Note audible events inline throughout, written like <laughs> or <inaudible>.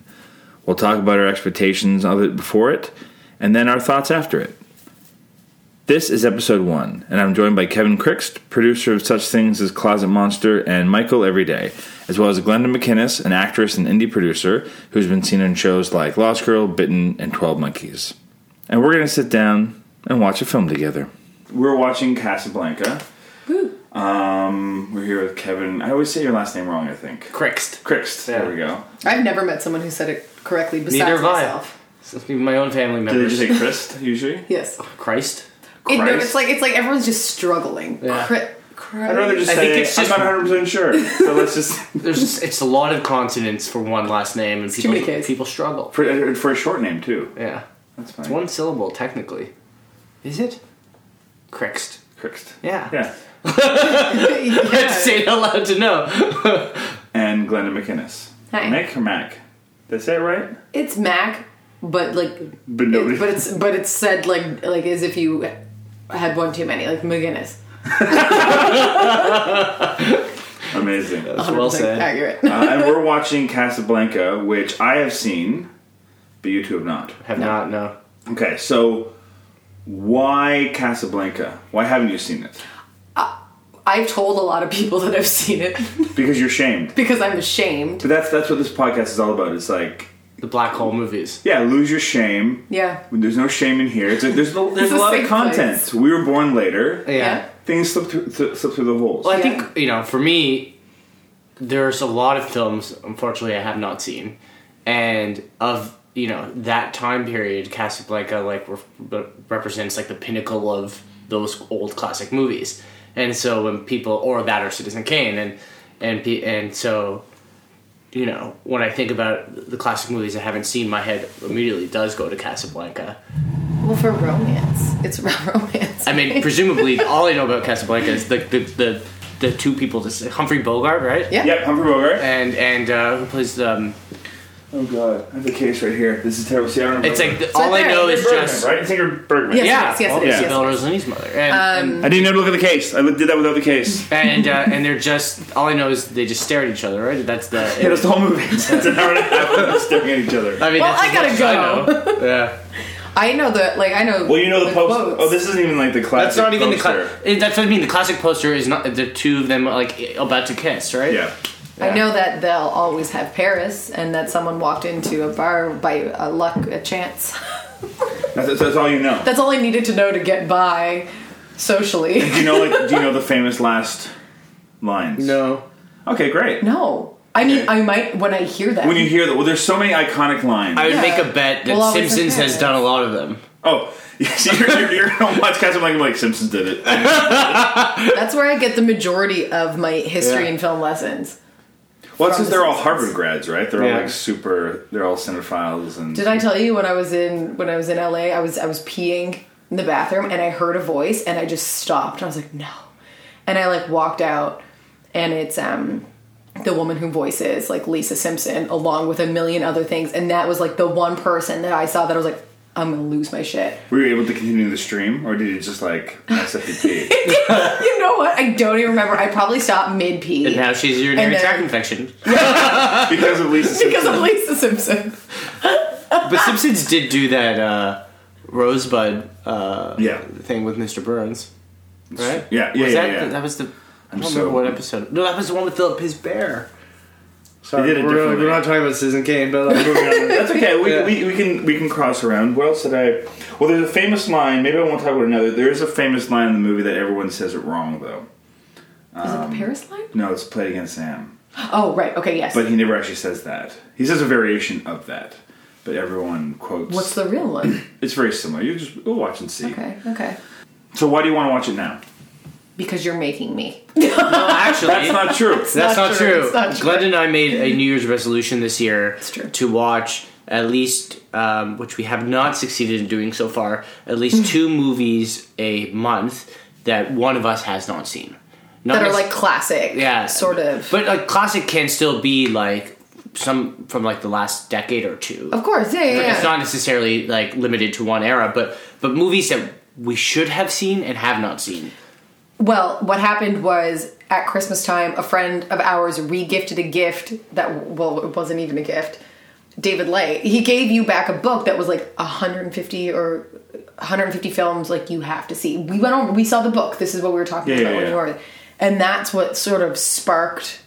We'll talk about our expectations of it before it, and then our thoughts after it. This is episode one, and I'm joined by Kevin Crixt, producer of such things as Closet Monster and Michael Everyday, as well as Glenda McInnes, an actress and indie producer who's been seen in shows like Lost Girl, Bitten, and 12 Monkeys. And we're going to sit down and watch a film together. We're watching Casablanca. Um, we're here with Kevin. I always say your last name wrong, I think. Crixt. Crixt, there we go. I've never met someone who said it correctly besides Neither have I. myself. So it's my own family Did you members. say Christ, usually? Yes. Oh, Christ. It- no, Christ? it's like it's like everyone's just struggling. Yeah. Cri- cri- I'd rather just I say, think it's just- I'm not 100% sure, so let's <laughs> just... There's it's a lot of consonants for one last name, and too people many Ks. people struggle. For, for a short name, too. Yeah, That's it's fine. one syllable technically. Is it? Crixt. Crixt. Yeah. Yeah. <laughs> I had to <laughs> yeah. say it out loud to know. And Glenda McInnes. Hi. Mick or Mac? Did I say it right? It's Mac, but like, But no- it- but it's but it's said like like as if you had one too many, like McGinnis. <laughs> Amazing. uh, well said. accurate. <laughs> and we're watching Casablanca, which I have seen, but you two have not. Have not no. Okay, so why Casablanca? Why haven't you seen it? I've told a lot of people <laughs> that I've seen it Because you're shamed. because I'm ashamed. But that's that's what this podcast is all about. It's like, The black hole movies. yeah, lose your shame. Yeah. There's no shame in here. It's like, there's <laughs> no, there's a It's a lot of safe content. place. We were born later. Yeah. Yeah. Things slip through, th- slip through the holes. Well, I Yeah. think you know. For me, there's a lot of films. Unfortunately, I have not seen, and of you know that time period, Casablanca like re- re- represents like the pinnacle of those old classic movies. And so when people or that or Citizen Kane and and pe- and so you know when I think about the classic movies I haven't seen, my head immediately does go to Casablanca. Well, for romance, it's about romance. I <laughs> mean, presumably all I know about Casablanca is the the the, the two people, Humphrey Bogart, right? yeah. Yep, Humphrey Bogart. and and uh, who plays um Oh god, I have the case right here. This is terrible. See, I don't remember. it's like the, right all I there. know is Bergman, just right? It's like Bergman. Yes, yeah yes, yes, well, it is, Isabel yes. Rossellini's mother and Um. I didn't even look at the case. I did that without the case. and and, uh, and they're just all I know is they just stare at each other right that's the <laughs> Yeah, <laughs> that's the whole movie. It's an hour and a half of them staring at each other. I mean Well, that's I as gotta much <laughs> as I know. yeah I know the like I know. Well, you know the post. quotes. Oh, this isn't even like the classic. that's not even poster. the cla- that's what I mean the classic poster is not the two of them like about to kiss right Yeah. I know that they'll always have Paris, and that someone walked into a bar by a luck, a chance. That's, that's all you know. That's all I needed to know to get by <laughs> socially. Do you know like do you know the famous last lines? no Okay, great. No, I mean I might when I hear that. When you hear that, well, there's so many iconic lines. I would Yeah. make a bet that Well, always Simpsons okay. has done a lot of them oh, <laughs> see, you're, you're, you're gonna watch Casablanca and be like Simpsons did <laughs> it. That's where I get the majority of my history Yeah. and film lessons. Well, it's because From The they're all Simpsons. Harvard grads, right? They're Yeah. all like super. They're all cinephiles and. Did I tell you when I was in when I was in LA? I was I was peeing in the bathroom and I heard a voice and I just stopped. I was like no, and I like walked out and it's um the woman who voices like Lisa Simpson along with a million other things and that was like the one person that I saw that I was like I'm gonna lose my shit. Were you able to continue the stream, or did you just like mess up your pee? <laughs> You know what? I don't even remember. I probably stopped mid pee and now she's urinary And then- tract infection because of Lisa Simpson. because of Lisa Simpson. but Simpsons did do that uh, Rosebud uh, Yeah. thing with Mr. Burns right Yeah, yeah, was yeah. that, yeah. that was the. I don't so- remember what episode. No, that was the one with Philip his bear. They did it we're, differently. we're not talking about Citizen Kane, but like, moving on. That's okay. We, Yeah. we, we can we can cross around. What else did I? Well, there's a famous line. Maybe I won't talk about another. There is a famous line in the movie that everyone says it wrong though. Is it the Paris line? No, it's played against Sam, Oh right. Okay. Yes. but he never actually says that. He says a variation of that, but everyone quotes. What's the real one? It's very similar. You just we'll watch and see. Okay. Okay. So why do you want to watch it now? Because you're making me. <laughs> No, actually, That's not <laughs> true. That's not not true. true. It's not true. Glenn and I made a New Year's resolution this year true. to watch at least, um, which we have not succeeded in doing so far, at least <laughs> two movies a month that one of us has not seen. Not that are nec- like classic, yeah, sort of. But like classic can still be like some from like the last decade or two. of course, yeah, yeah. yeah. It's not necessarily like limited to one era, but but movies that we should have seen and have not seen. Well, what happened was at Christmas time, a friend of ours regifted a gift that well, it wasn't even a gift. David Lay, he gave you back a book that was like 150 or 150 films like you have to see. We went on, we saw the book. This is what we were talking Yeah, about yeah, when yeah. we were, and that's what sort of sparked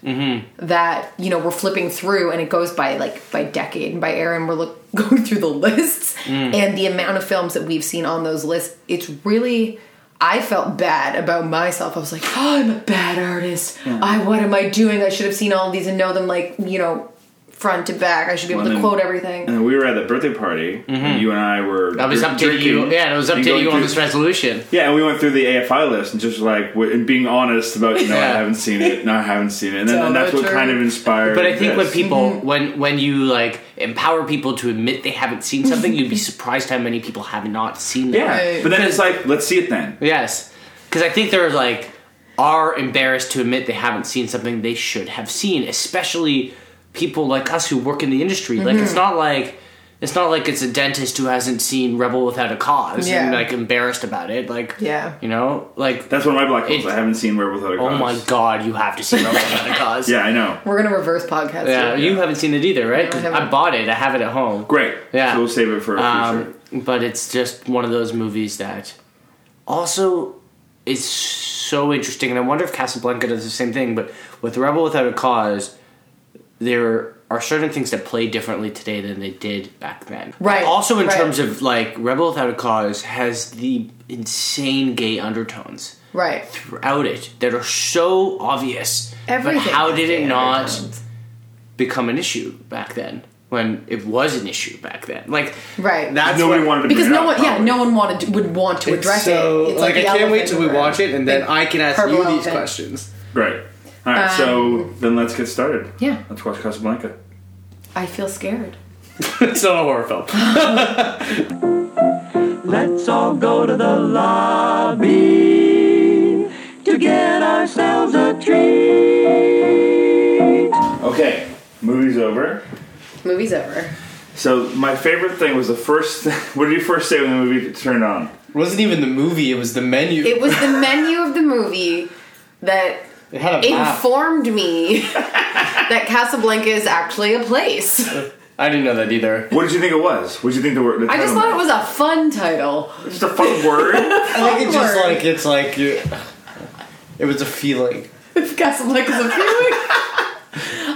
that. You know, we're flipping through, and it goes by like by decade and by era, and we're look, <laughs> going through the lists Mm. and the amount of films that we've seen on those lists. It's really. I felt bad about myself. I was like, oh, I'm a bad artist. I what am I doing? I should have seen all of these and know them like, you know, front to back. I should be able to then- quote everything. And we were at the birthday party. and You and I were. Mm-hmm. That was dr- up to you. drinking Yeah, it was up and to going you on through- this resolution. Yeah, and we went through the AFI list and just like w- and being honest about you know Yeah. I haven't seen it, no I haven't seen it, and, then, Tell and that's the what kind of truth. inspired. But I think when this. people when when you like empower people to admit they haven't seen something, you'd be surprised how many people have not seen that. yeah, Right. but then it's like let's see it then. Yes, because I think they're like are embarrassed to admit they haven't seen something they should have seen, especially people like us who work in the industry. Like Mm-hmm. it's not like it's not like it's a dentist who hasn't seen Rebel Without a Cause and Yeah. like embarrassed about it. Like Yeah. you know, like That's one of my black holes. It- I haven't seen Where Without a oh Cause. my god, you have to see Rebel Without <laughs> a Cause. Yeah, I know. We're gonna reverse podcast. Yeah, it. you haven't seen it either, right? No, I 'Cause haven't. I bought it. I have it at home. Great. Yeah. So we'll save it for a future. Um, but it's just one of those movies that also is so interesting, and I wonder if Casablanca does the same thing. But with Rebel Without a Cause, there are certain things that play differently today than they did back then. Right, Also, in right. terms of like Rebel Without a Cause has the insane gay undertones Right. throughout it that are so obvious. Everything. But how has did it gay not? undertones. become an issue back then when it was an issue back then. Like Right. that's Nobody what- wanted to Because bring it no up, one, yeah, probably. no one wanted to, would want to It's address so it. It's like, the I can't wait elephant till we in the watch room. it and then Like, I can ask purple you these elephant. questions. <laughs> Great. All right, so then let's get started. um, Yeah. Let's watch Casablanca. I feel scared. it's not a horror film. Let's all go to the lobby to get ourselves a treat. Okay, movie's over. Movie's over. So my favorite thing was the first. <laughs> what did you first say when the movie turned on? It wasn't even the movie, it was the menu. It was the menu of the movie <laughs> that It had a map. informed me <laughs> that Casablanca is actually a place. I didn't know that either. What did you think it was? What did you think the word? The I just thought it was a fun title. was just a fun <laughs> word. I think it just Awkward. like, it's like, you, it was a feeling. If Casablanca's a <laughs> feeling.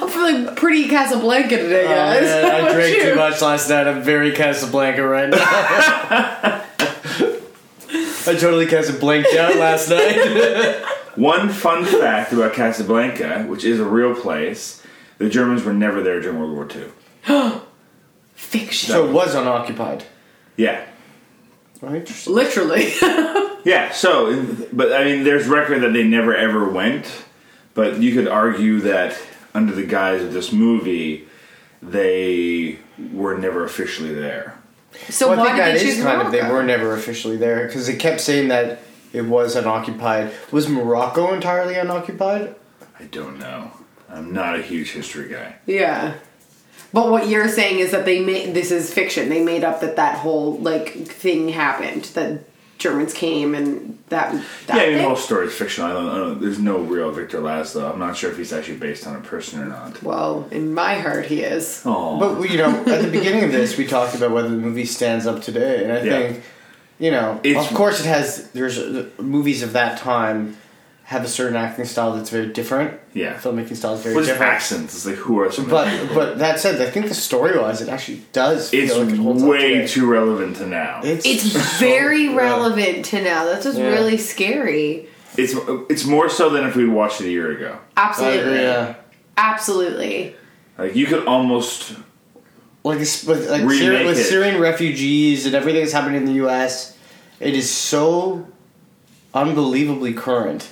I'm feeling pretty Casablanca today, guys. <laughs> Oh, man, How I about drank you? too much last night. I'm very Casablanca right <laughs> now. I totally Casablanked out last <laughs> night. One fun fact about Casablanca, which is a real place, the Germans were never there during World War II. Fiction. so it was unoccupied. Yeah. Interesting. Literally. <laughs> Yeah, so, but I mean, there's record that they never ever went, but you could argue that under the guise of this movie, they were never officially there. So Well, I why think did that they is choose kind of they Morocco? were never officially there because it kept saying that it was unoccupied. Was Morocco entirely unoccupied? I don't know. I'm not a huge history guy. Yeah. But what you're saying is that they made this is fiction. They made up that that whole like thing happened that Germans came and that. yeah, that I mean, thing? the whole story is fictional. I don't, I don't, there's no real Victor Laszlo. I'm not sure if he's actually based on a person or not. Well, in my heart, he is. Oh, But we- you know, at the beginning of this, we talked about whether the movie stands up today, and I Yeah. think you know, It's- of course, it has. There's uh, movies of that time have a certain acting style that's very different. Yeah. filmmaking style is very what's different. accents? It's like who are some? of the But people? but that said, I think the story wise, it actually does. Feel it's like it holds up way today. too relevant to now. It's, <laughs> It's so- very Oh, yeah. relevant to now. That's what's Yeah. really scary. It's it's more so than if we watched it a year ago. I Absolutely. agree. Yeah. Absolutely. Like you could almost like it's- with, like Remake Syri- with it. Syrian refugees and everything that's happening in the U.S. It is so unbelievably current.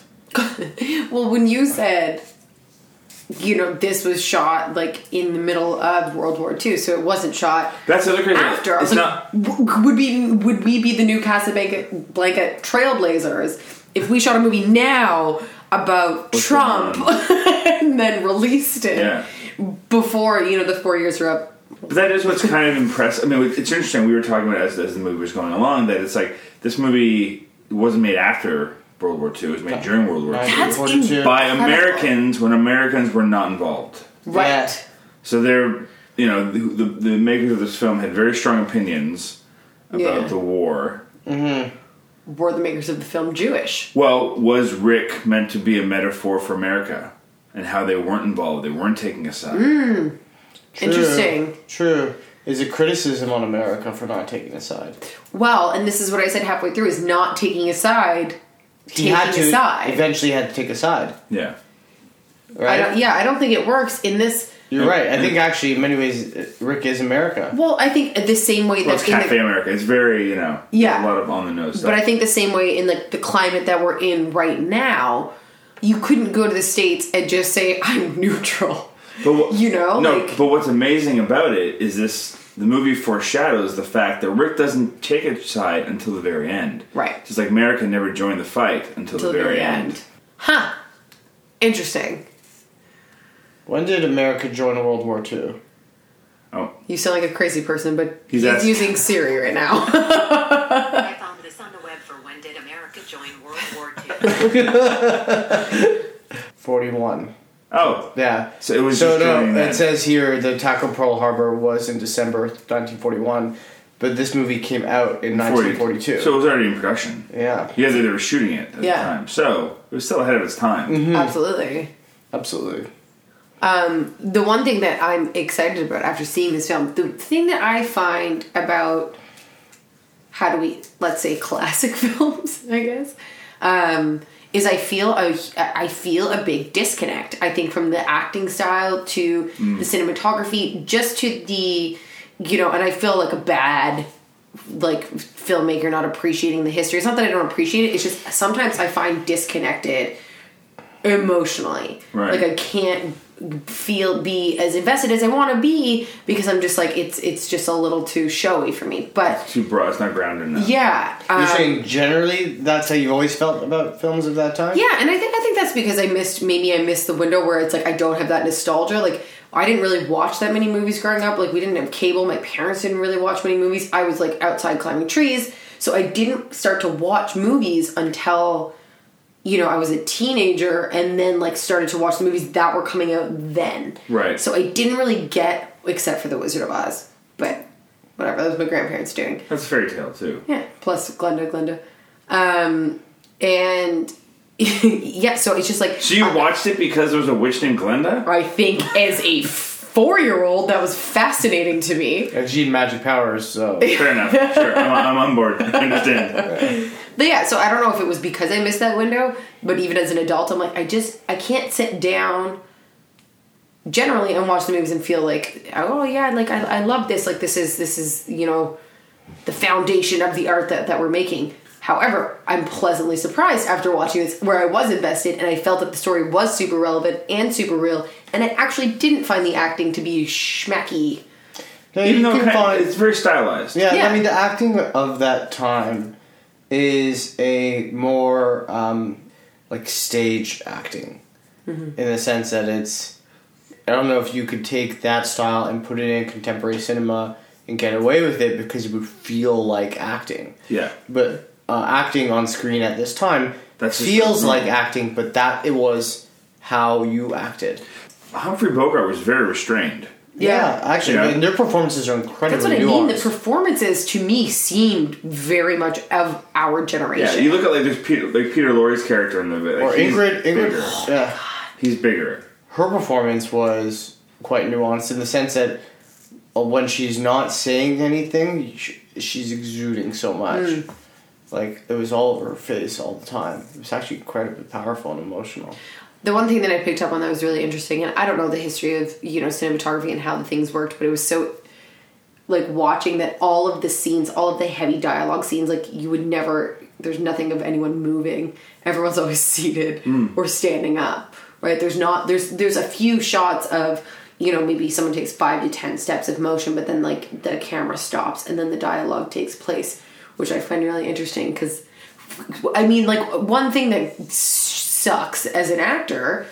Well, when you said you know, this was shot like in the middle of World War II, so it wasn't shot That's the other crazy. thing. after. I was It's like, not. w- would be would we be the new Casablanca Blanca trailblazers if we shot a movie now about Trump <laughs> and then released it Yeah. before you know the four years are up? But that is what's kind <laughs> of impressive. I mean, it's interesting. We were talking about it as, as the movie was going along that it's like this movie wasn't made after World War II. It was made during World War II That's According to- by incredible. Americans when Americans were not involved. right? Yeah. So they're you know the, the, the makers of this film had very strong opinions about Yeah. the war. Were the makers of the film Jewish? Well, was Rick meant to be a metaphor for America and how they weren't involved? They weren't taking a side. Mm. True. Interesting. True. Is a criticism on America for not taking a side. Well, and this is what I said halfway through: is not taking a side. He Taking had a to side. eventually had to take a side. Yeah. I Right. don't, yeah, I don't think it works in this. You're right. I think actually, in many ways, Rick is America. Well, I think the same way Well, that it's in the Cafe America. It's very, you know, a Yeah. lot of on the nose stuff. But I think the same way in like the climate that we're in right now, you couldn't go to the states and just say <laughs> I'm neutral. But what- You know, no. like- but what's amazing about it is this: the movie foreshadows the fact that Rick doesn't take a side until the very end. Right. Just like America never joined the fight until, Till the very, end. Huh. Interesting. When did America join World War II? Oh, You sound like a crazy person, but He's he's, asking- using Siri right <laughs> now. <laughs> I found this on the web for when did America join World War II? Forty-one. oh, Yeah. So it was So just no. during It that. says here the attack on Pearl Harbor was in December 1941, but this movie came out in 1942. So it was already in production. yeah, Yeah, they they were shooting it at Yeah. the time, so it was still ahead of its time. Mm-hmm. Absolutely. absolutely. The one thing that I'm excited about after seeing this film, the thing that I find about how do we let's say classic <laughs> films i guess um, is i feel a i feel a big disconnect i think from the acting style to the cinematography just to the you know and i feel like a bad like filmmaker not appreciating the history it's not that i don't appreciate it it's just sometimes i find disconnected emotionally Right. like i can't feel be as invested as i want to be because i'm just like it's it's just a little too showy for me but Too broad. It's not grounded enough. yeah. Um, You're saying generally that's how you've always felt about films of that time. yeah, and I think I think that's because I missed maybe I missed the window where it's like I don't have that nostalgia. Like I didn't really watch that many movies growing up. Like we didn't have cable. My parents didn't really watch many movies. I was like outside climbing trees, so I didn't start to watch movies until you know I was a teenager, and then like started to watch the movies that were coming out then. Right. So I didn't really get except for the Wizard of Oz, but whatever. That was my grandparents doing. That's a fairy tale too. Yeah, plus Glenda, Glenda. Um, and <laughs> yeah, so it's just like So you I, watched it because there was a witch named Glenda. I think as a four-year-old, that was fascinating to me. And she had magic powers, <laughs> so Fair enough. Sure, I'm, I'm on board. <laughs> I understand. But yeah, so I don't know if it was because I missed that window, but even as an adult, I'm like, I just I can't sit down generally and watch the movies and feel like, oh yeah, like I, I love this. Like this is this is you know the foundation of the art that that we're making. However, I'm pleasantly surprised after watching this, where I was invested and I felt that the story was super relevant and super real, and I actually didn't find the acting to be schmacky. no, Even you though can kind of- find it's very stylized. Yeah, Yeah. I mean the acting of that time is a more um, like stage acting Mm-hmm. in the sense that it's I don't know if you could take that style and put it in contemporary cinema and get away with it because it would feel like acting. Yeah. But uh, acting on screen at this time That's just feels like- like acting, but that it was how you acted. Humphrey Bogart was very restrained. Yeah, actually, Yeah. and their performances are incredibly That's what I mean. The nuanced. performances to me seemed very much of our Yeah, generation. you look at like there's Peter, like Peter Lorre's character in the like, or he's Ingrid, bigger. Ingrid, yeah. he's bigger. her performance was quite nuanced in the sense that uh, when she's not saying anything, sh- she's exuding so much. Hmm. Like it was all over her face all the time. It was actually incredibly powerful and emotional. The one thing that I picked up on that was really interesting, and I don't know the history of you know cinematography and how the things worked, but it was so like watching that all of the scenes, all of the heavy dialogue scenes, like you would <laughs> never. There's nothing of anyone moving. Everyone's always seated or standing up. right? There's not there's there's a few shots of you know maybe someone takes five to ten steps of motion, but then like the camera stops and then the dialogue takes place, which I find really interesting because I mean like one thing that s- sucks as an actor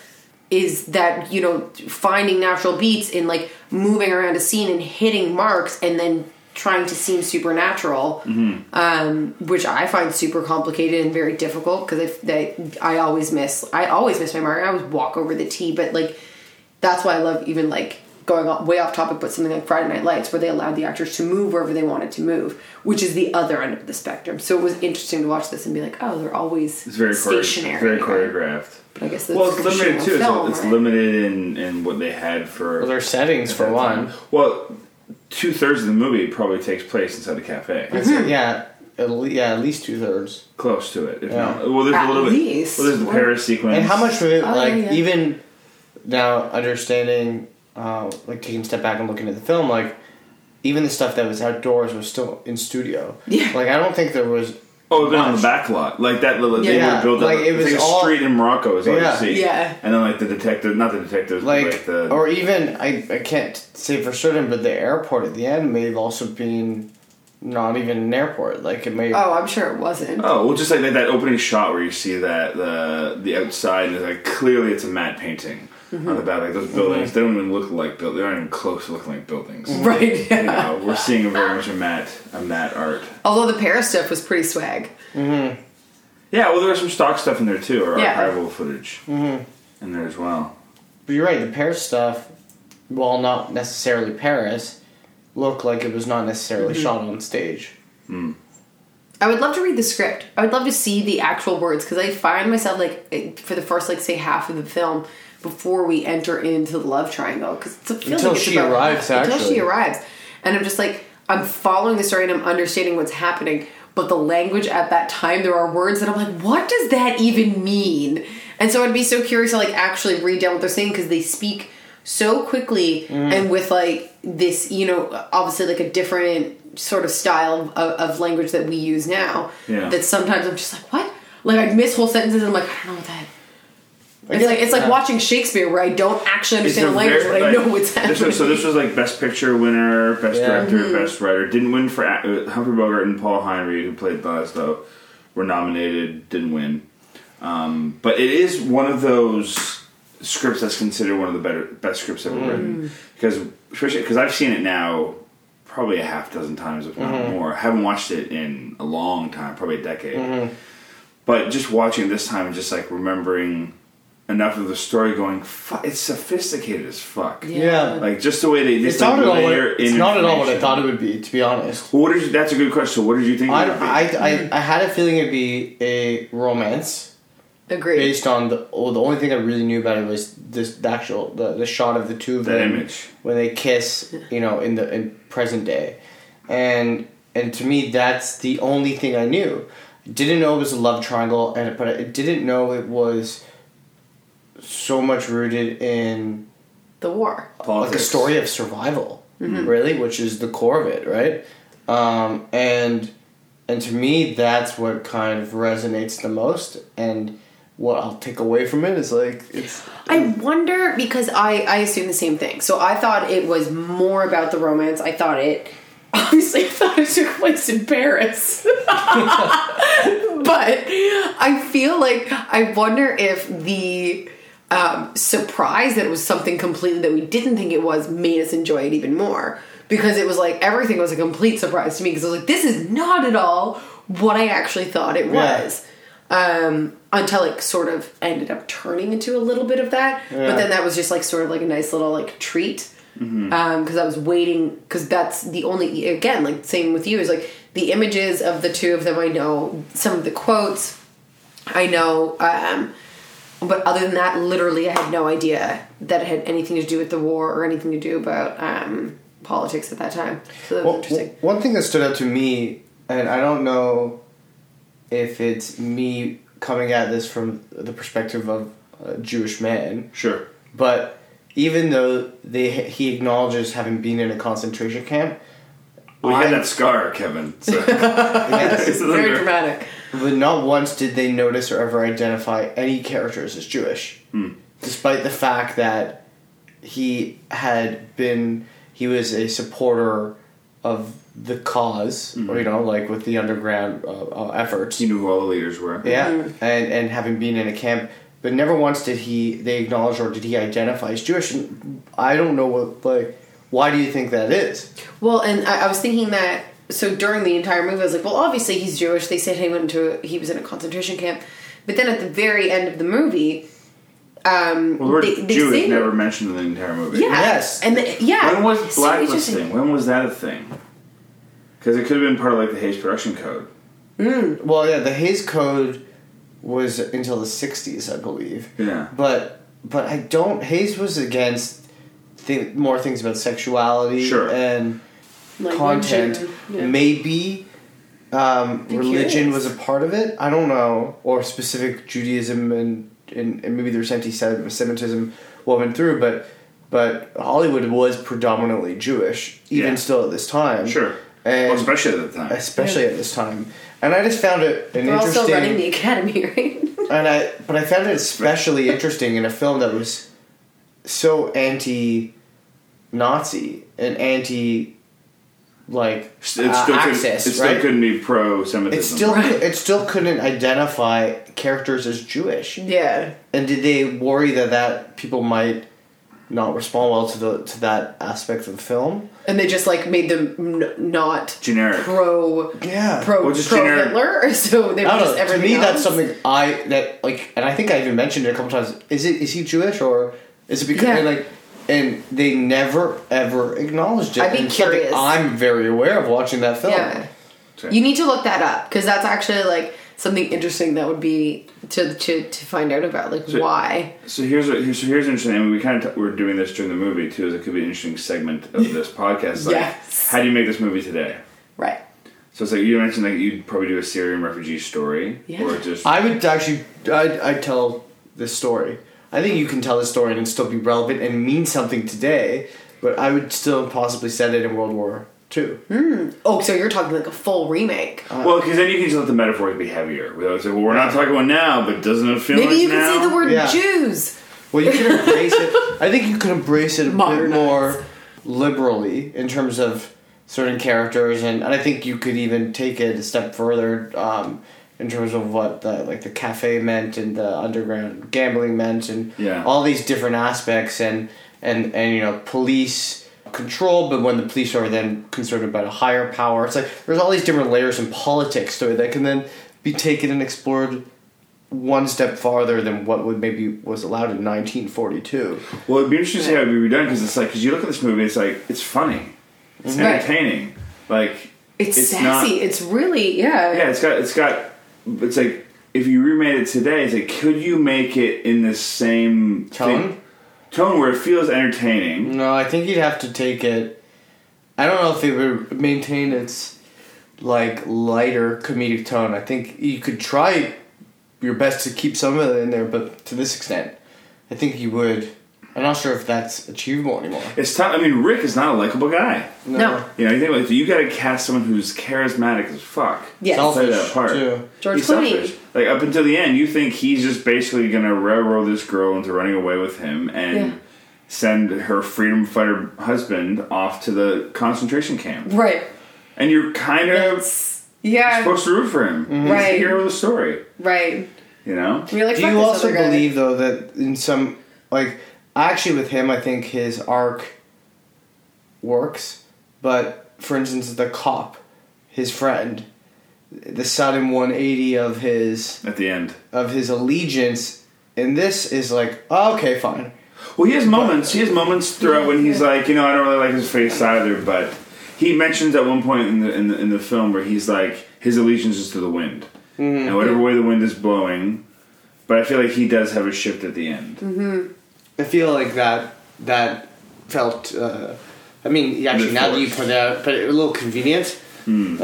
is that you know finding natural beats in like moving around a scene and hitting marks and then trying to seem supernatural Mm-hmm. um, which I find super complicated and very difficult because I, I always miss I always miss my mark. I always walk over the tee, but like that's why I love even like going off, way off topic, but something like Friday Night Lights where they allowed the actors to move wherever they wanted to move, which is the other end of the spectrum. So it was interesting to watch this and be like, oh, they're always It's very stationary. stationary. Very choreographed. But I guess that's Well, it's limited too. Film, it's it's right? limited in, in what they had for. Well, their settings for one. Well, two thirds of the movie probably takes place inside a cafe. Mm-hmm. Yeah, at le- yeah, at least two thirds. Close to it. If Yeah. not. Well, there's At a little least. bit. Well, there's the Paris sequence. And how much of it, Oh, like, yeah, yeah. even now understanding, uh, like taking a step back and looking at the film, like, even the stuff that was outdoors was still in studio. Yeah. Like, I don't think there was. Oh, they're on the back lot, like that. Little, They Yeah. would build Like, up. it was it's like a all- street in Morocco is all Yeah. you see. Yeah. And then like the detective, not the detectives, but, Like, like, the or even, I, I can't say for certain, but the airport at the end may have also been not even an airport. Like, it may Oh, I'm sure it wasn't. <laughs> oh, well, just like that, that opening shot where you see that the the outside and it's like clearly it's a matte painting Mm-hmm. on the back. Like those buildings, they don't even look like buildings. They're not even close to looking like buildings. Right. You know, we're seeing very much a matte a matte art. Although the Paris stuff was pretty swag. Yeah, well, there's some stock stuff in there too, or Yeah. archival footage Mm-hmm. in there as well. But you're right, the Paris stuff, while not necessarily Paris, looked like it was not necessarily shot on stage. I would love to read the script. I would love to see the actual words because I find myself like it- for the first like say half of the film before we enter into the love triangle because it feels Until like it's she about- arrives, until she actually. arrives, and I'm just like I'm following the story and I'm understanding what's happening, but the language at that time there are words that I'm like, what does that even mean? And so I'd be so curious to like actually read down what they're saying because they speak so quickly Mm. and with like this you know obviously like a different sort of style of, of language that we use now Yeah. that sometimes i'm just like what like i miss whole sentences and i'm like i don't know what that it's guess- like it's like yeah. watching shakespeare where i don't actually It's understand a the language very, but i like, know <laughs> what's happening Hmm. this was, so this was like best picture winner, best Yeah. director, best writer. Didn't win for uh, Humphrey Bogart and Paul Heinrich, who played Laszlo, were nominated, didn't win. Um, but it is one of those scripts that's considered one of the better best scripts ever written because especially because I've seen it now probably a half dozen times if not Mm-hmm. more. I haven't watched it in a long time, probably a decade. Mm-hmm. But just watching this time and just like remembering enough of the story, going, "Fuck, it's sophisticated as fuck." Yeah. Like just the way they just It's, not, like, at all what, layer it's in not at all what I information. thought it would be, to be honest. Well, what did you, that's a good question. So What did you think? I, it would be? I, I, I had a feeling it'd be a romance agreed based on the well, the only thing I really knew about it was this the actual the, the shot of the two of That them image. when they kiss you know in the in present day and and to me that's the only thing I knew didn't know it was a love triangle and but I didn't know it was so much rooted in the war like a Politics. story of survival, really, which is the core of it, right? Um, and and to me, that's what kind of resonates the most, and what I'll take away from it is like it's I wonder because I I assume the same thing. So I thought it was more about the romance. I thought it <laughs> obviously I thought it took place in Paris. <laughs> but I feel like I wonder if the um, surprise that it was something completely that we didn't think it was made us enjoy it even more because it was like everything was a complete surprise to me because I was like this is not at all what I actually thought it Yeah. was um, until it sort of ended up turning into a little bit of that. But then that was just like sort of like a nice little like treat because I was waiting because that's the only again like same with you is like the images of the two of them. I know some of the quotes. I know. Um, but other than that, literally, I had no idea that it had anything to do with the war or anything to do about um, politics at that time. So that was Well, interesting. One thing that stood out to me, and I don't know if it's me coming at this from the perspective of a Jewish man, Sure. but even though they he acknowledges having been in a concentration camp, Well, you had I- that scar, Kevin. <laughs> So. <laughs> It's a Very little- dramatic. But not once did they notice or ever identify any characters as Jewish. despite the fact that he had been he was a supporter of the because or you know like with the underground uh, uh, efforts You knew who all the leaders were. yeah and and having been in a camp but never once did he they acknowledge or did he identify as jewish and i don't know what like why do you think that is Well, and I, I was thinking that so during the entire movie, I was like, well, obviously he's Jewish. They said he went to he was in a concentration camp, but then at the very end of the movie, Well, um, the word they, they Jew say is never mentioned in the entire movie. yeah, Yes. and the, yeah. When was So interesting. blacklisting? When was that a thing? Because it could have been part of like the Hays Production Code. well yeah the hayes code was until the 60s i believe Yeah. But but I don't. Hayes was against th- more things about sexuality Sure. and Like, content. religion, yeah. Maybe um, Be religion curious. was a part of it. I don't know, or specific Judaism and and, and maybe there's anti-Semitism woven through, but. But Hollywood was predominantly Jewish, even Yeah. still at this time. Sure. and well, especially at the time. especially at this time. And I just found it an They're interesting. also running the academy, <laughs> right? And I, but I found it especially interesting in a film that was so anti-Nazi and anti, like It still, uh, couldn't- access, it still right? couldn't be pro-Semitism. it still it still couldn't identify characters as Jewish. Yeah. And did they worry that that people might not respond well to the to that aspect of the film? And they just like made them n- not generic. pro Yeah. pro Well, just pro generic- <laughs> Hitler, so they were I just don't know. To everything. me, else. that's something I that like, and I think I even mentioned it a couple times. Is it is he Jewish or is it because Yeah. and, like, and they never ever acknowledged it. I'd be And it's something curious. I'm very aware of watching that film. Yeah. You need to look that up because that's actually like something interesting that would be to to to find out about like So- why. So here's a, here's so here's interesting. I mean, we kind of t- we're doing this during the movie too, as it could be an interesting segment <laughs> of this podcast. Like, Yes. how do you make this movie today? Right. So it's like you mentioned like you'd probably do a Syrian refugee story, Yeah. or just I would actually, I'd, I'd tell this story. I think you can tell this story and it'd still be relevant and mean something today. But I would still possibly set it in World War Two. Oh, so you're talking like a full remake. well, because then you can just let the metaphors be heavier. Without saying, well, we're not talking about now, but doesn't it feel Maybe like you can now? say the word Yeah. Jews. Well, you can embrace it. I think you can embrace it a Modernize. bit more liberally in terms of certain characters, and, and I think you could even take it a step further um, in terms of what the like the cafe meant and the underground gambling meant, and Yeah. all these different aspects, and and and you know police control but when the police are then concerned about a higher power it's like there's all these different layers in politics to it that can then be taken and explored one step farther than what would maybe was allowed in 1942. Well, it'd be interesting to see how it'd be redone because it's like because you look at this movie, it's like it's funny, it's Right. entertaining, like It's, sassy. not- it's really yeah. yeah, it's got it's got it's like if you remade it today, it's like could you make it in the same Tone? Mm. thing- tone where it feels entertaining? No, I think you'd have to take it. I don't know if it would maintain its like lighter comedic tone. I think you could try your best to keep some of it in there, but to this extent, I think you would. I'm not sure if that's achievable anymore. It's tough. I mean, Rick is not a likable guy. No. You know, you think about it, you got to cast someone who's charismatic as fuck. Yes. to play that Selfish, part. too. George he's Clooney. selfish. Like up until the end, you think he's just basically gonna railroad this girl into running away with him and. Yeah. Send her freedom fighter husband off to the concentration camp, Right. and you're kind Um, of It's yeah. supposed to root for him. He's the Right. hero of the story. Right. You know? You're like, Do "Fuck you this also other guy." believe though that in some like actually with him I think his arc works, but for instance the cop, his friend, the sudden one eighty of his At the end. of his allegiance in this is like oh, okay fine. Well, he has moments. He has moments throughout when he's like, you know, I don't really like his face either, but he mentions at one point in the in the, in the film where he's like, his allegiance is to the wind, and whatever way the wind is blowing. But I feel like he does have a shift at the end. I feel like that that felt. Uh, I mean, actually, Bit now that you forced. Hmm. point that out, but it, a little convenient. Um,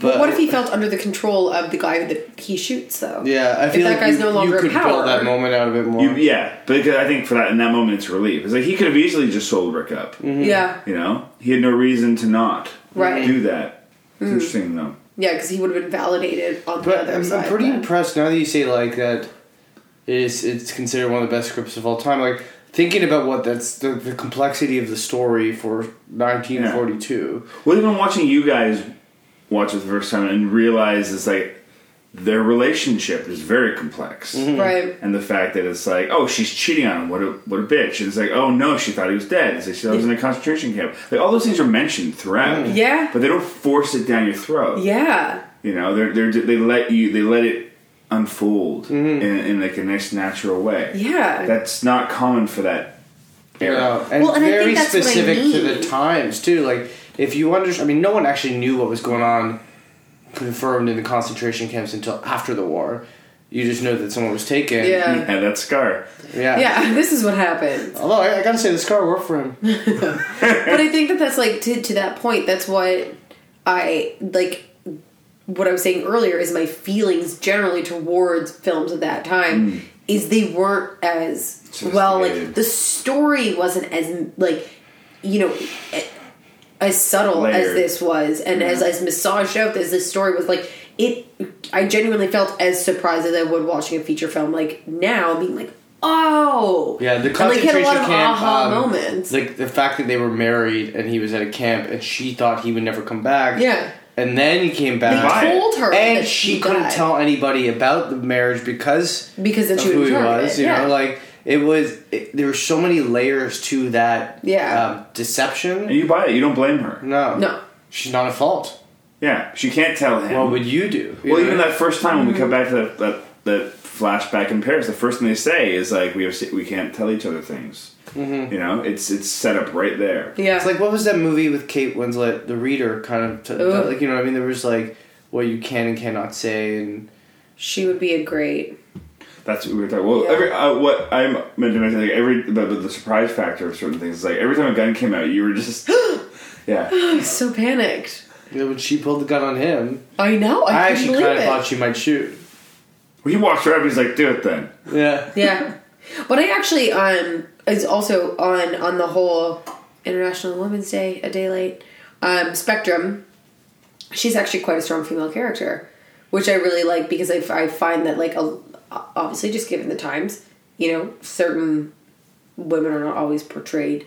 but But what if he felt under the control of the guy that he shoots, though? Yeah, I feel that like guy's you, no you longer could power. build that moment out a bit more. You, yeah, because I think for that in that moment it's relief. It's like he could have easily just sold Rick up. Yeah, You know, he had no reason to not Mm-hmm. Right. do that. It's interesting though. yeah, because he would have been validated on the But other I'm, I'm side. pretty then. impressed now that you say like that. is it's considered one of the best scripts of all time. Like thinking about what that's the, the complexity of the story for 1942. Well, even watching you guys watch it the first time and realize it's like their relationship is very complex, Right. and the fact that it's like, oh, she's cheating on him. What a what a bitch! And it's like, oh no, she thought he was dead. It's like she thought he was in a concentration camp. Like all those things are mentioned throughout. Yeah. but they don't force it down your throat. Yeah. You know, they're, they're they let you they let it unfold in, in like a nice natural way. Yeah. that's not common for that. You era. know, Um, and, Well, and I very think that's what I specific to mean. the times too. Like if you understand, I mean, no one actually knew what was going on confirmed in the concentration camps until after the war. You just know that someone was taken. Yeah. And uh, that scar. Yeah. Yeah, this is what happened. Although I, I gotta say, this car worked <laughs> for him. but I think that that's like to to that point. That's what I like. What I was saying earlier is my feelings generally towards films of that time Hmm. is they weren't as well. Like Sophisticated. the story wasn't as like you know a- as subtle as Layered. this was, and as as massaged out as this story was. Like it, I genuinely felt as surprised as I would watching a feature film. Like now, being like, oh, Yeah, the And, like, concentration camp aha um, moments. Like the fact that they were married and he was at a camp and she thought he would never come back. Yeah. And then he came they back. Right. told her, And that she couldn't died. tell anybody about the marriage because because then of she who would he was. You yeah. know, like it was. It, there were so many layers to that. Yeah. Um, deception. And you buy it. You don't blame her. no. no, She's not at fault. Yeah, she can't tell him. What would you do? You Well, know? even that first time when we Mm-hmm. come back to that, that that flashback in Paris, the first thing they say is like, "We have se- we can't tell each other things." You know, it's it's set up right there. yeah, It's like what was that movie with Kate Winslet, The Reader, kind of t- Ooh. like you know what I mean. There was like what you can and cannot say, and she would be a great. That's what we were talking. Well, Yeah. every uh, what I meant to mention, like every the, the surprise factor of certain things is like every time a gun came out, you were just <gasps> yeah. I was so panicked. you know, when she pulled the gun on him, I know. I, I, couldn't actually believe kind of it. thought she might shoot. He walks right up. He's like, "Do it then." Yeah, <laughs> yeah, but I actually um is also on on the whole International Women's Day, a day late um, spectrum. She's actually quite a strong female character, which I really like because I, I find that like a, obviously just given the times, you know, certain women are not always portrayed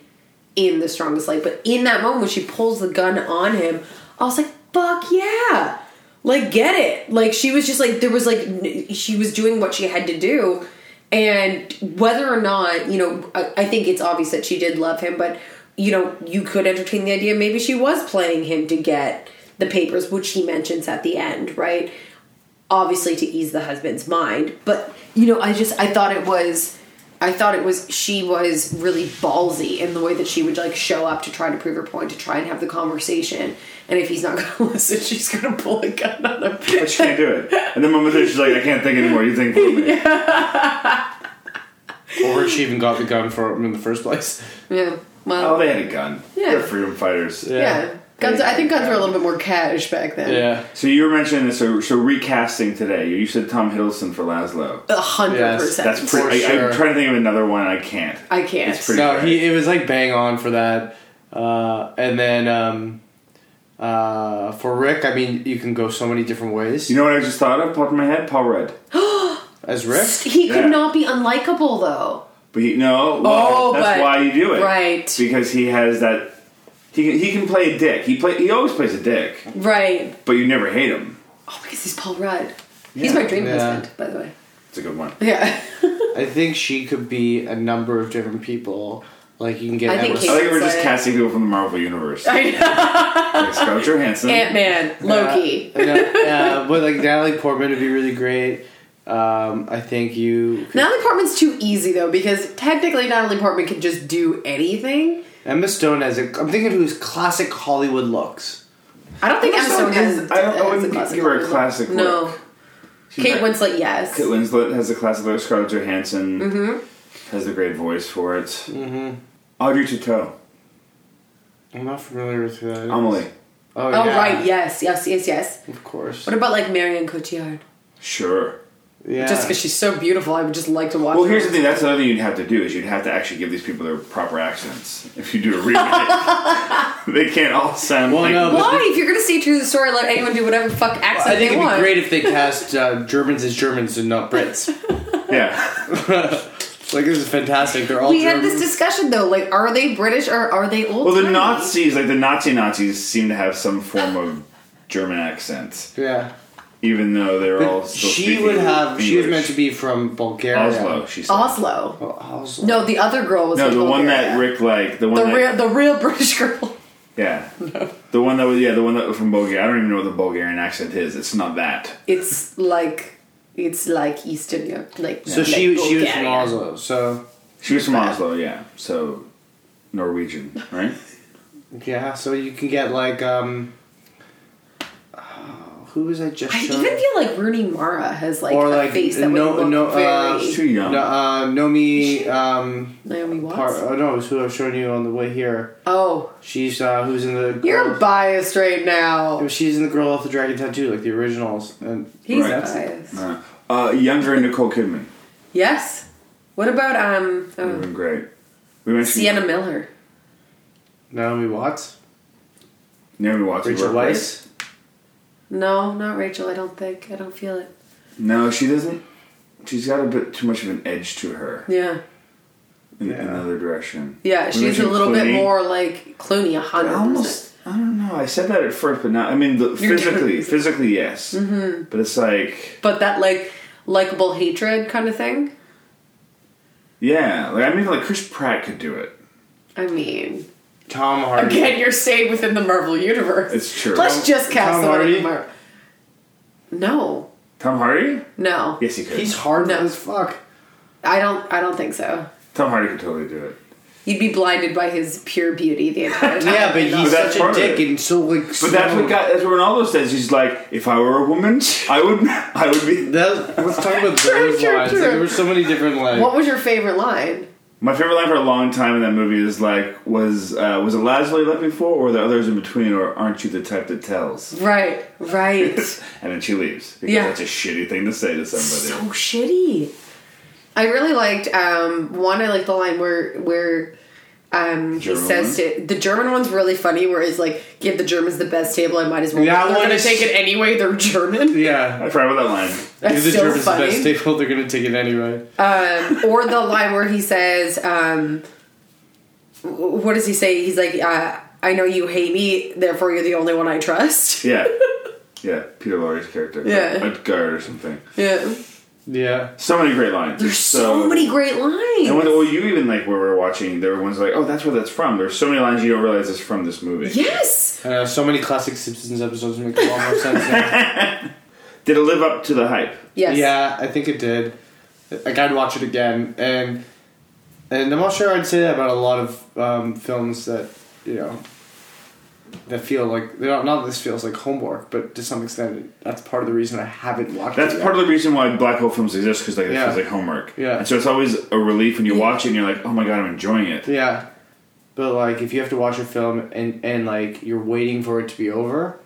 in the strongest light. But in that moment when she pulls the gun on him, I was like, fuck yeah. Like, get it. Like, she was just like, there was like, n- she was doing what she had to do. And whether or not, you know, I, I think it's obvious that she did love him, but, you know, you could entertain the idea maybe she was planning him to get the papers, which he mentions at the end, right? obviously to ease the husband's mind but you know i just i thought it was i thought it was she was really ballsy in the way that she would like show up to try to prove her point to try and have the conversation and if he's not <laughs> gonna listen she's gonna pull a gun on him But she can't do it. And the moment later, she's like, "I can't think anymore. You think for <laughs> me." or she even got the gun for him in the first place. yeah well Oh, they had a gun. Yeah. They're freedom fighters. Yeah. yeah guns i think guns were a little bit more cash back then <laughs> Yeah, So you were mentioning this. So, so recasting today, you said Tom Hiddleston for Laszlo. a hundred Yes, percent That's pretty. For I, sure. I'm trying to think of another one. I can't. i can't It's pretty- no, he it was like bang on for that, uh, and then um, uh, for Rick, I mean, you can go so many different ways You know what I just thought of? Popped in my head. Paul Rudd. as Rick. he could Yeah. not be unlikable though But he, no, well, Oh, that's but- why you do it, right. Because he has that. He can, he can play a dick. He play. He always plays a dick, right but you never hate him. oh because he's paul rudd he's my dream Yeah. husband by the way It's a good one. yeah I think she could be a number of different people. Like you can get I think Edward I think we're It's just like- casting people from the Marvel universe. I know. Like Scarlett Johansson. Ant Man, Loki. Yeah, yeah, but like Natalie Portman would be really great. Um, I think you. Could, Natalie Portman's too easy though because technically Natalie Portman can just do anything. Emma Stone has a. I'm thinking of who's classic Hollywood looks. I don't think Emma Stone has. I don't- I has a wouldn't classic give her a look. classic No. look. She's Kate not- Winslet, yes. Kate Winslet has a classic look. Scarlett Johansson Mm-hmm. has the great voice for it. Mm-hmm. Audrey Tautou, I'm not familiar with who that. is. Amelie, Oh, oh yeah. right, yes, yes, yes, yes. Of course. What about like Marion Cotillard? sure. Yeah. Just because she's so beautiful, I would just like to watch. Well, her. here's the thing. That's the other thing you'd have to do is you'd have to actually give these people their proper accents. If you do a remake, <laughs> they can't all sound Well, like. no, but- Why? If you're gonna stay true to the story, let anyone do whatever fuck accent I think they it'd want. <laughs> be great if they cast uh, Germans as Germans and not Brits. <laughs> Yeah. Like this is fantastic. They're all We had German. this discussion though. Like, are they British or are they old? Well, the timey? Nazis, like the Nazi Nazis, seem to have some form of German accent, yeah. even though they're all. Still She speaking would have. She was English. meant to be from Bulgaria. Oslo. She said. Oslo. Oh, Oslo. No, the other girl was No, from the one Bulgaria. that Rick like the one the that real, the real <laughs> British girl. <laughs> yeah, the one that was yeah the one that was from Bulgaria. I don't even know what the Bulgarian accent is. It's not that. It's like it's like Eastern Europe, like So she like she was from Bulgaria. Oslo. So She was from Oslo, yeah. So Norwegian, <laughs> right? yeah. So you can get like um. oh, Who was I just? I showing? even feel like Rooney Mara has like or a like face that no would look no uh, very too young. No, uh, Nomi um Naomi Watts. part, oh no, it's who I'm showing you on the way here. oh, She's uh who's in the you're biased right now. she's in the girl with the dragon tattoo like the originals and He's Right. biased. Uh, uh, younger Nicole Kidman Yes. What about um would have uh, been great. We mentioned Sienna Miller? Naomi Watts, Naomi Watts. would Rachel work great. Weisz. No, not Rachel. I don't think. I don't feel it. No, she doesn't. She's got a bit too much of an edge to her Yeah. in Yeah. another direction. Yeah, We she's a mentioned little bit Clooney. more like Clooney, a I hundred percent. almost. I don't know. I said that at first, but not. I mean, the, You're physically, different. physically, yes. Mm-hmm. But it's like, But that like likable hatred kind of thing. yeah. Like I mean, like Chris Pratt could do it. I mean, Tom Hardy. Again, you're staying within the Marvel universe. It's true. Let's just cast Tom someone in the Hardy? Marvel. No, Tom Hardy? no, Yes, he could. He's hard No. as fuck. I don't. I don't think so. Tom Hardy could totally do it. You'd be blinded by his pure beauty the entire time. <laughs> Yeah, but he's But that's part such a of dick it. and so like. But that's what got that's what Ronaldo says. He's like, if I were a woman, <laughs> I would I would be That, let's talk about those true, lines. true. Like, there were so many different <laughs> lines. What was your favorite line? My favorite line for a long time in that movie is like was uh, was it Laszlo you left me for or the others in between or aren't you the type that tells? Right, <laughs> right. And then she leaves. Because Yeah. that's a shitty thing to say to somebody. so shitty. I really liked um, one. I liked the line where where um, he German says to the German one's really funny. Where he's like, "Give the Germans the best table. I might as well. That They're one gonna is- take it anyway. They're German. yeah. I forgot about that line. That's If the so Germans the funny. best staple, they're gonna take it anyway. or the line where he says, um, w- "What does he say?" He's like, uh, "I know you hate me, therefore you're the only one <laughs> I trust." Yeah. Yeah, Peter Lorre's character. Yeah. Edgard or something. Yeah, Yeah. So many great lines. there's so, many great lines. And when, well, you even like when we were watching, there were ones like, oh, that's where that's from. There's so many lines you don't realize it's from this movie. yes, I know Uh, so many classic Simpsons episodes make a lot more sense. <laughs> Now. Did it live up to the hype? yes, Yeah, I think it did. Like I'd watch it again, and and I'm not sure I'd say that about a lot of um, films that you know that feel like they're not, not that this feels like homework, but to some extent that's part of the reason I haven't watched. That's it part of the reason why black hole films exist because like it Yeah. feels like homework. Yeah. And so it's always a relief when you watch it and you're like, oh my god, I'm enjoying it. yeah. But like, if you have to watch a film and and like you're waiting for it to be over,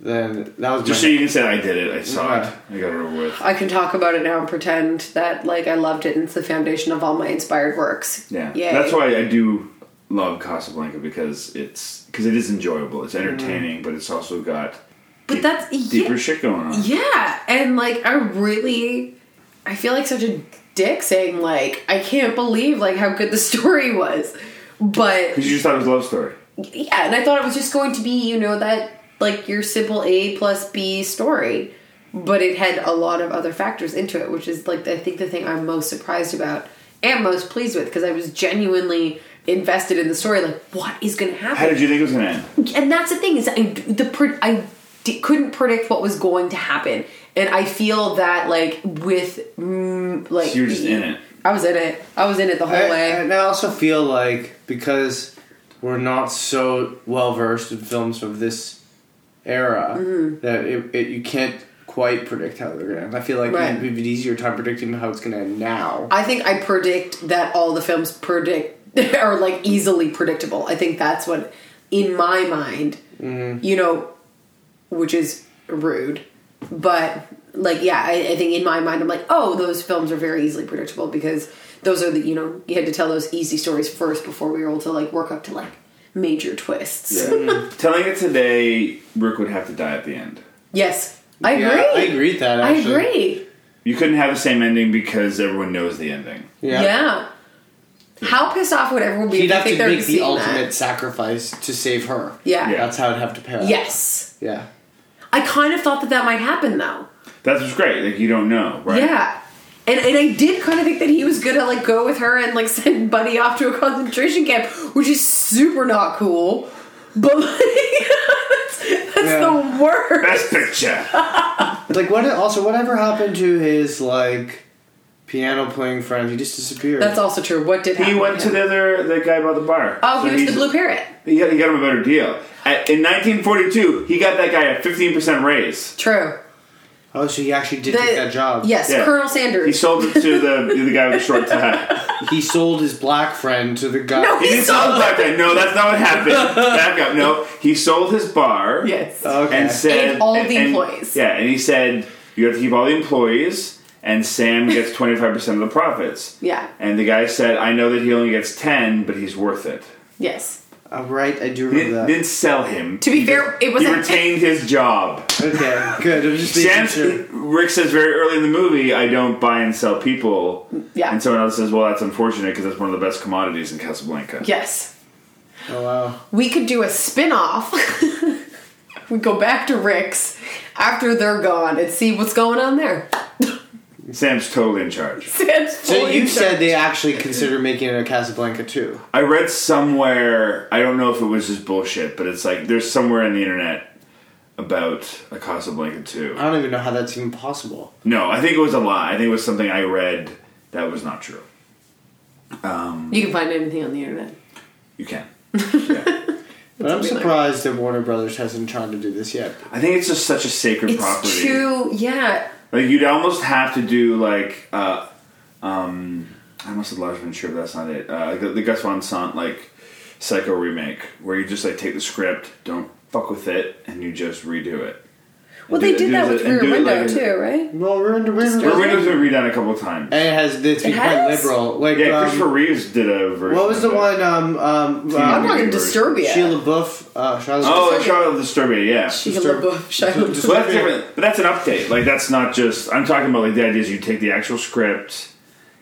then that was Just so my, you can say, I did it, I saw Yeah. it, I got it over with. I can talk about it now and pretend that like I loved it. and It's the foundation of all my inspired works. Yeah. Yay. That's why I do love Casablanca because it's because it is enjoyable. It's Mm. entertaining, but it's also got But deep- that's deeper yeah, shit going on. yeah, and like I really, I feel like such a dick saying like I can't believe like how good the story was, but Because you just thought it was a love story. yeah, and I thought it was just going to be, you know, that like your simple A plus B story, but it had a lot of other factors into it, which is like I think the thing I'm most surprised about and most pleased with because I was genuinely invested in the story. Like, what is going to How happen? did you think it was gonna <laughs> end? and that's the thing is I the pre- I d- couldn't predict what was going to happen, and I feel that like with mm, like So you were just in <laughs> it. I was in it. I was in it the whole I- way. And I also feel like because we're not so well versed in films of this era that it, it, you can't quite predict how they're gonna end. I feel like Right. it'd be an easier time predicting how it's gonna end now. I think I predict that all the films predict <laughs> are like easily predictable. I think that's what, in my mind, Mm-hmm. you know, which is rude, but like yeah, I, I think in my mind I'm like, oh, those films are very easily predictable because those are the you know you had to tell those easy stories first before we were able to like work up to like major twists. Mm. Telling it today, Rick would have to die at the end. <laughs> Yes, I Yeah, agree. I agree with that. I Actually. agree. You couldn't have the same ending because everyone knows the ending. Yeah. Yeah. How pissed off would everyone be He'd if have they to think they're make the seeing ultimate that? sacrifice to save her. Yeah. Yeah. That's how it'd have to pair. up. Yes. Yeah. I kind of thought that that might happen though. That's what's great. Like you don't know, right? Yeah. And, and I did kind of think that he was gonna like go with her and like <laughs> send Buddy off to a concentration camp, which is super not cool. But <laughs> like, that's, that's Yeah. the worst. <laughs> Best picture. Like what? Also, whatever happened to his like piano playing friend? He just disappeared. That's also true. What did He happen went to him? the other the guy by the bar. Oh, So he was the he's- blue parrot. He got, he got him a better deal. At, in 1942, he got that guy a 15% raise. True. Oh, so he actually did The- take that job. Yes, Yeah. Colonel He Sanders. sold it to the the guy with the short <laughs> tie. He sold his black friend to the guy. No, He he didn't sell the sold. black guy. No, that's not what happened. Back up. No, he sold his bar. Yes. okay. and said And all the employees. Yeah, and he said you have to keep all the employees, and Sam <laughs> gets twenty five percent of the profits. Yeah. and the guy said, "I know that he only gets ten, but he's worth it." Yes. oh, right, I do He didn't, remember didn't sell him. To be He fair, it he wasn't- retained his job. that. Okay, good. I was just making Sam, sure. Rick says very early in the movie, "I don't buy and sell people." Yeah. and someone else says, "Well, that's unfortunate because that's one of the best commodities in Casablanca." <laughs> Yes. Oh wow. We could do a spin off. <laughs> we go back to Rick's after they're gone and see what's going on there. Sam's totally in charge. So you said they actually consider making it a Casablanca too. I read somewhere, I don't know if it was just bullshit, but it's like there's somewhere in the internet about a Casablanca 2. I don't even know how that's even possible. No, I think it was a lie. I think it was something I read that was not true. You can find anything on the internet. You <laughs> can. Yeah. But I'm surprised that Warner Brothers hasn't tried to do this yet. I think it's just such a sacred It's property. too, yeah. Like you'd almost have to do like uh um I must have largely been sure but that's not it. Uh like the, the Gus Van Sant like psycho remake where you just like take the script, don't fuck with it, and you just redo it. Well, do they it- did do that it- with and Rear do it Window like- too, right? Well, we're in the we're in the- Rear Window's been redone a couple of times. And it has it's been quite has? liberal. Like yeah, um, Christopher Reeves did a version. What was the of it. one? Um, um, I'm um not gonna disturb you. Sheila LaBeouf. Uh, Charlotte Oh, Shadow of the Disturbia, yeah. Shia LaBeouf, Shia LaBeouf. Well, that's different. But that's an update. Like that's not just. I'm talking about like the idea is you take the actual script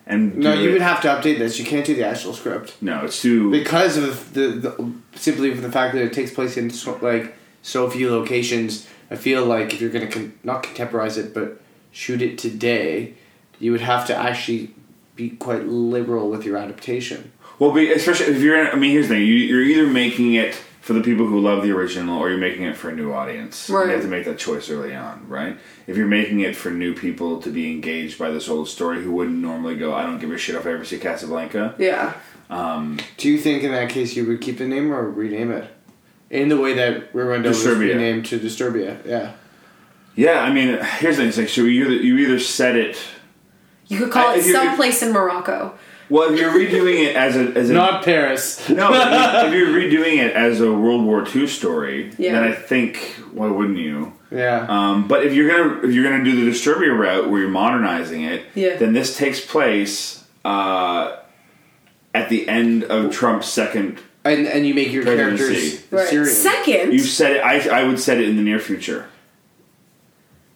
and No, do you it- would have to update this. You can't do the actual script No, it's too. because of the, the simply for the fact that it takes place in so, like so few locations. I feel like if you're gonna con- not contemporize it, but shoot it today, you would have to actually be quite liberal with your adaptation. Well, be, especially if you're. In, I mean, here's the thing: you, you're either making it for the people who love the original, or you're making it for a new audience. Right. You have to make that choice early on, right? If you're making it for new people to be engaged by this old story, who wouldn't normally go, "I don't give a shit if I ever see Casablanca." Yeah. Do you think in that case you would keep the name or rename it? In the way that Rear Window was Disturbia. renamed to Disturbia, yeah. Yeah, I mean, here's the thing: it's like, so you either, you either set it. You could call I- it if you- someplace in Morocco. Well, if you're redoing it as a as a Not Paris. no, if you're redoing it as a World War II story, Yeah. then I think why wouldn't you? Yeah. Um, but if you're gonna if you're gonna do the distributor route where you're modernizing it, Yeah. then this takes place uh, at the end of Trump's second. and and you make your Pregnancy. characters Right. Syrian. Second, You said it. I I would set it in the near future.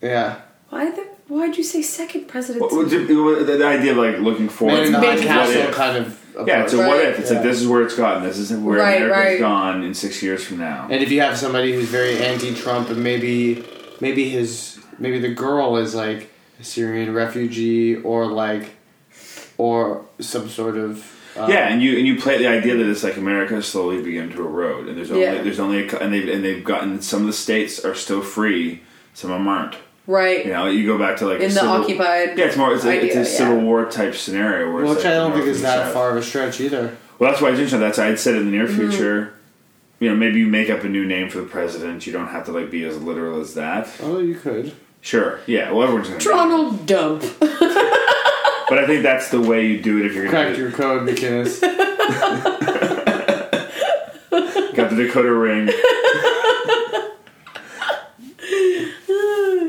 Yeah. why the, why'd you say second presidency? What- what- The the idea of like looking forward, It's to not what castle if. kind of approach. Yeah, it's a what Right. if. It's like Yeah. this is where it's gotten. This is where Right, America's right. gone in six years from now. and if you have somebody who's very anti-Trump and maybe maybe his maybe the girl is like a Syrian refugee or like or some sort of uh, yeah, and you and you play the idea that it's like America has slowly begun to erode, and there's only Yeah. there's only a, cou- and they've and they've gotten some of the states are still free, some of them aren't. right. You know, you go back to like a In the occupied Yeah, it's more it's a, it's idea, a yeah. civil war type scenario. Where it's which like I don't the think is North and that South. far of a stretch either. Well, that's why I didn't know that's I'd said in the near Mm-hmm. future. You know, maybe you make up a new name for the president. You don't have to like be as literal as that. Although you could. Sure, yeah. Well, everyone's gonna. Donald Dump. But I think that's the way you do it if you're gonna. Crack Do, your code, McInnes. got the Dakota <laughs> ring.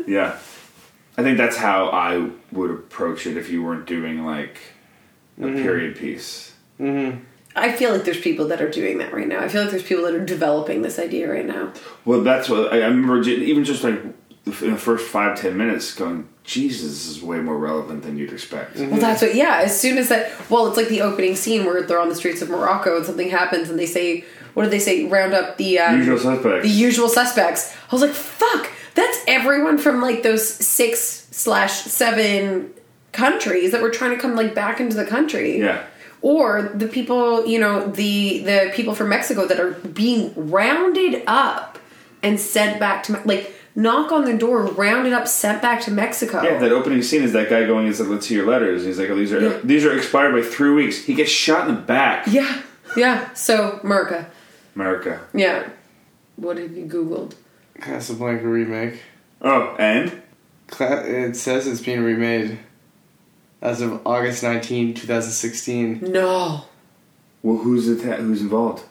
yeah, I think that's how I would approach it if you weren't doing like a Mm-hmm. period piece. I feel like there's people that are doing that right now. I feel like there's people that are developing this idea right now. Well, that's what I I remember. ju- Even just like in the first five ten minutes going, Jesus, this is way more relevant than you'd expect. Well, that's what. Yeah, as soon as that. Well, it's like the opening scene where they're on the streets of Morocco and something happens, and they say, "What did they say? Round up the um, Usual suspects. The usual suspects. I was like, "Fuck!" That's everyone from like those six slash seven countries that were trying to come like back into the country. Yeah. Or the people, you know, the the people from Mexico that are being rounded up and sent back to Me- like knock on the door, rounded up, sent back to Mexico. Yeah, that opening scene is that guy going and said, "Let's see your letters." And he's like, "Oh, these are Yeah. these are expired by three weeks." He gets shot in the back. Yeah, yeah. So America, America. yeah. What have you googled? Casablanca remake. Oh, and Cla- It says it's being remade as of August 19, 2016. No. well, who's atta- who's involved?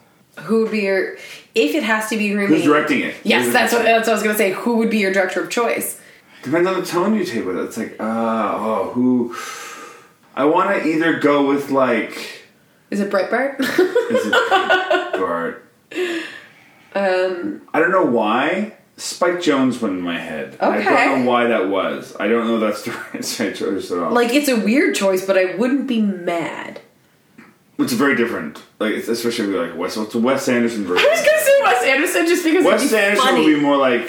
Who would be your? If it has to be remade, Who's directing it? Yes, Who's- that's what that's what I was gonna say. Who would be your director of choice? Depends on the tone you take with it. It's like, ah, oh, who? I want to either go with like, Is it Breitbart? <laughs> is it Bart? Um, I don't know why Spike Jones went in my head. I Okay. don't know why that was. I don't know that's the <laughs> right answer at all. like it's a weird choice, but I wouldn't be mad. it's very different. Like it's- especially like Wes. It's a Wes Anderson version. I was gonna say Wes Anderson just because Wes it'd be Anderson funny. would be more like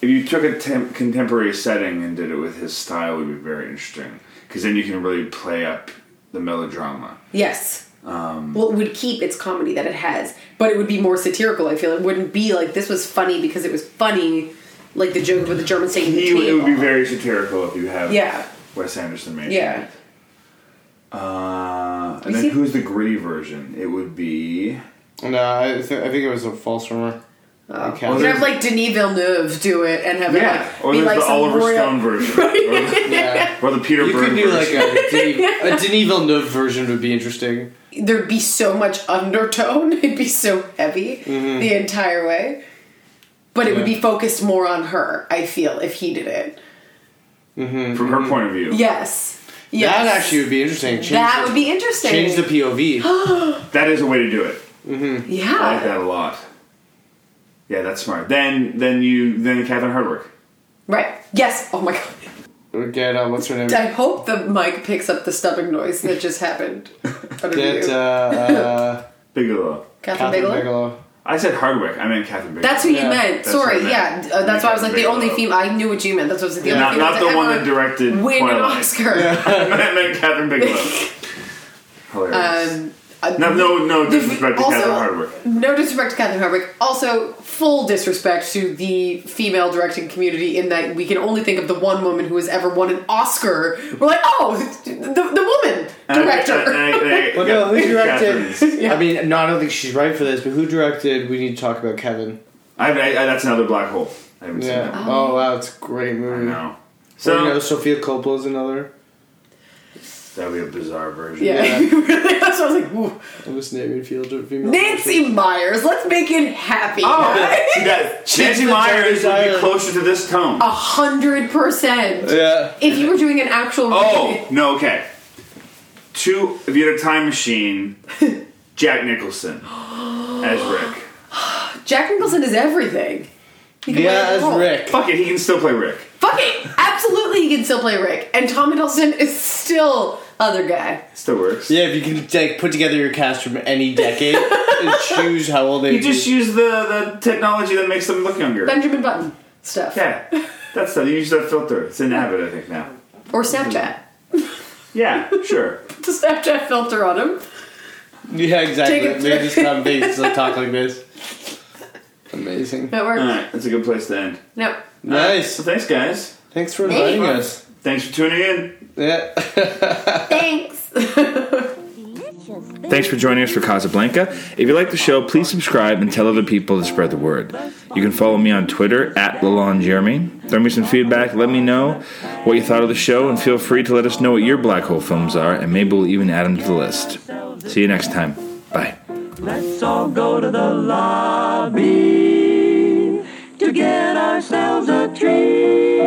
if you took a tem- contemporary setting and did it with his style, it would be very interesting because then you can really play up the melodrama. yes. Um, well, it would keep its comedy that it has, but it would be more satirical. I feel it wouldn't be like this was funny because it was funny, like the joke with the German taking the He, it would be table. very satirical if you have Yeah. Wes Anderson made. Yeah. Uh, and You then see- who's the gritty version? It would be No, I, th- I think it was a false rumor. Oh. You could have like Denis Villeneuve do it and have yeah, it like or be there's like the some Oliver royal- Stone <laughs> version, or, yeah. the, or the Peter You Berg could do version. like <laughs> a, Denis- a Denis Villeneuve version would be interesting. there'd be so much undertone. <laughs> It'd be so heavy the entire way. But it would Yeah. be focused more on her, I feel, if he did it. from her point of view. Yes. Yes. That actually would be interesting. Change That the- would be interesting. change <gasps> the POV. That is a way to do it. I like yeah. that a lot. Yeah, that's smart. Then, then you, then Catherine Hardwick. Right. Yes. Oh my god. Or Get uh, what's her name? I hope the mic picks up the stubbing noise that just happened. Under Get you. uh, uh, Bigelow. Catherine Catherine Bigelow. Bigelow. I said Hardwick. I meant Catherine Bigelow. That's who you Yeah, meant. that's Sorry. what I Yeah. meant. Uh, that's why I was like the Bigelow. only female. I knew what you meant. That's what I was like, the not only female not the to one that ever directed win an Twilight. Oscar. <laughs> I meant Catherine Bigelow. Hilarious. Um, uh, no, no, no the- disrespect to also- Catherine Hardwick. No disrespect to Catherine Hardwick. Also, full disrespect to the female directing community in that we can only think of the one woman who has ever won an Oscar. We're like, oh, the, the woman And I- and director. I- and I- <laughs> Well, yeah, no, who Catherine's. directed? I mean, no, I don't think she's right for this, but who directed? We need to talk about Kevin. I, I, I, that's another black hole. I haven't seen Yeah. that. Oh, wow, it's a great I movie. know. So you know, So Sophia Coppola's another. that would be a bizarre version. <laughs> <laughs> Yeah, <laughs> Yeah. really. That's what I was like. Ooh. I was naming field of female. Nancy Myers. Let's make it happy. Oh, <laughs> see that Nancy the Oh. Myers would Jared be Island. closer to this tone. A hundred percent. Yeah. If you were doing an actual Oh no, okay. Two. If you had a time <laughs> machine, Jack Nicholson as Rick. Jack Nicholson is everything. He can play Yeah, as all. Rick. Fuck it, he can still play Rick. Fuck it! Absolutely, he can still play Rick. And Tom Hiddleston is still other guy. Still works. Yeah, if you can like put together your cast from <laughs> any decade and choose how old they You just be. use the, the technology that makes them look younger. Benjamin Button stuff. Yeah, that's the, you use that filter. It's an habit, I think now. Or Snapchat. Yeah, <laughs> sure. Put the Snapchat filter on him. Yeah, exactly. Take it They just come they just like, talk like this. Amazing. That works. All right, that's a good place to end. No. So Nice. thanks, guys. Thanks for inviting Hey. us. Thanks for tuning in. Yeah. <laughs> Thanks. <laughs> Thanks for joining us for Casablanca. If you like the show, please subscribe and tell other people to spread the word. You can follow me on Twitter at LalonJeremy. Throw me some feedback, let me know what you thought of the show, and feel free to let us know what your black hole films are, and maybe we'll even add them to the list. See you next time. Bye. Let's all go to the lobby to get ourselves a treat.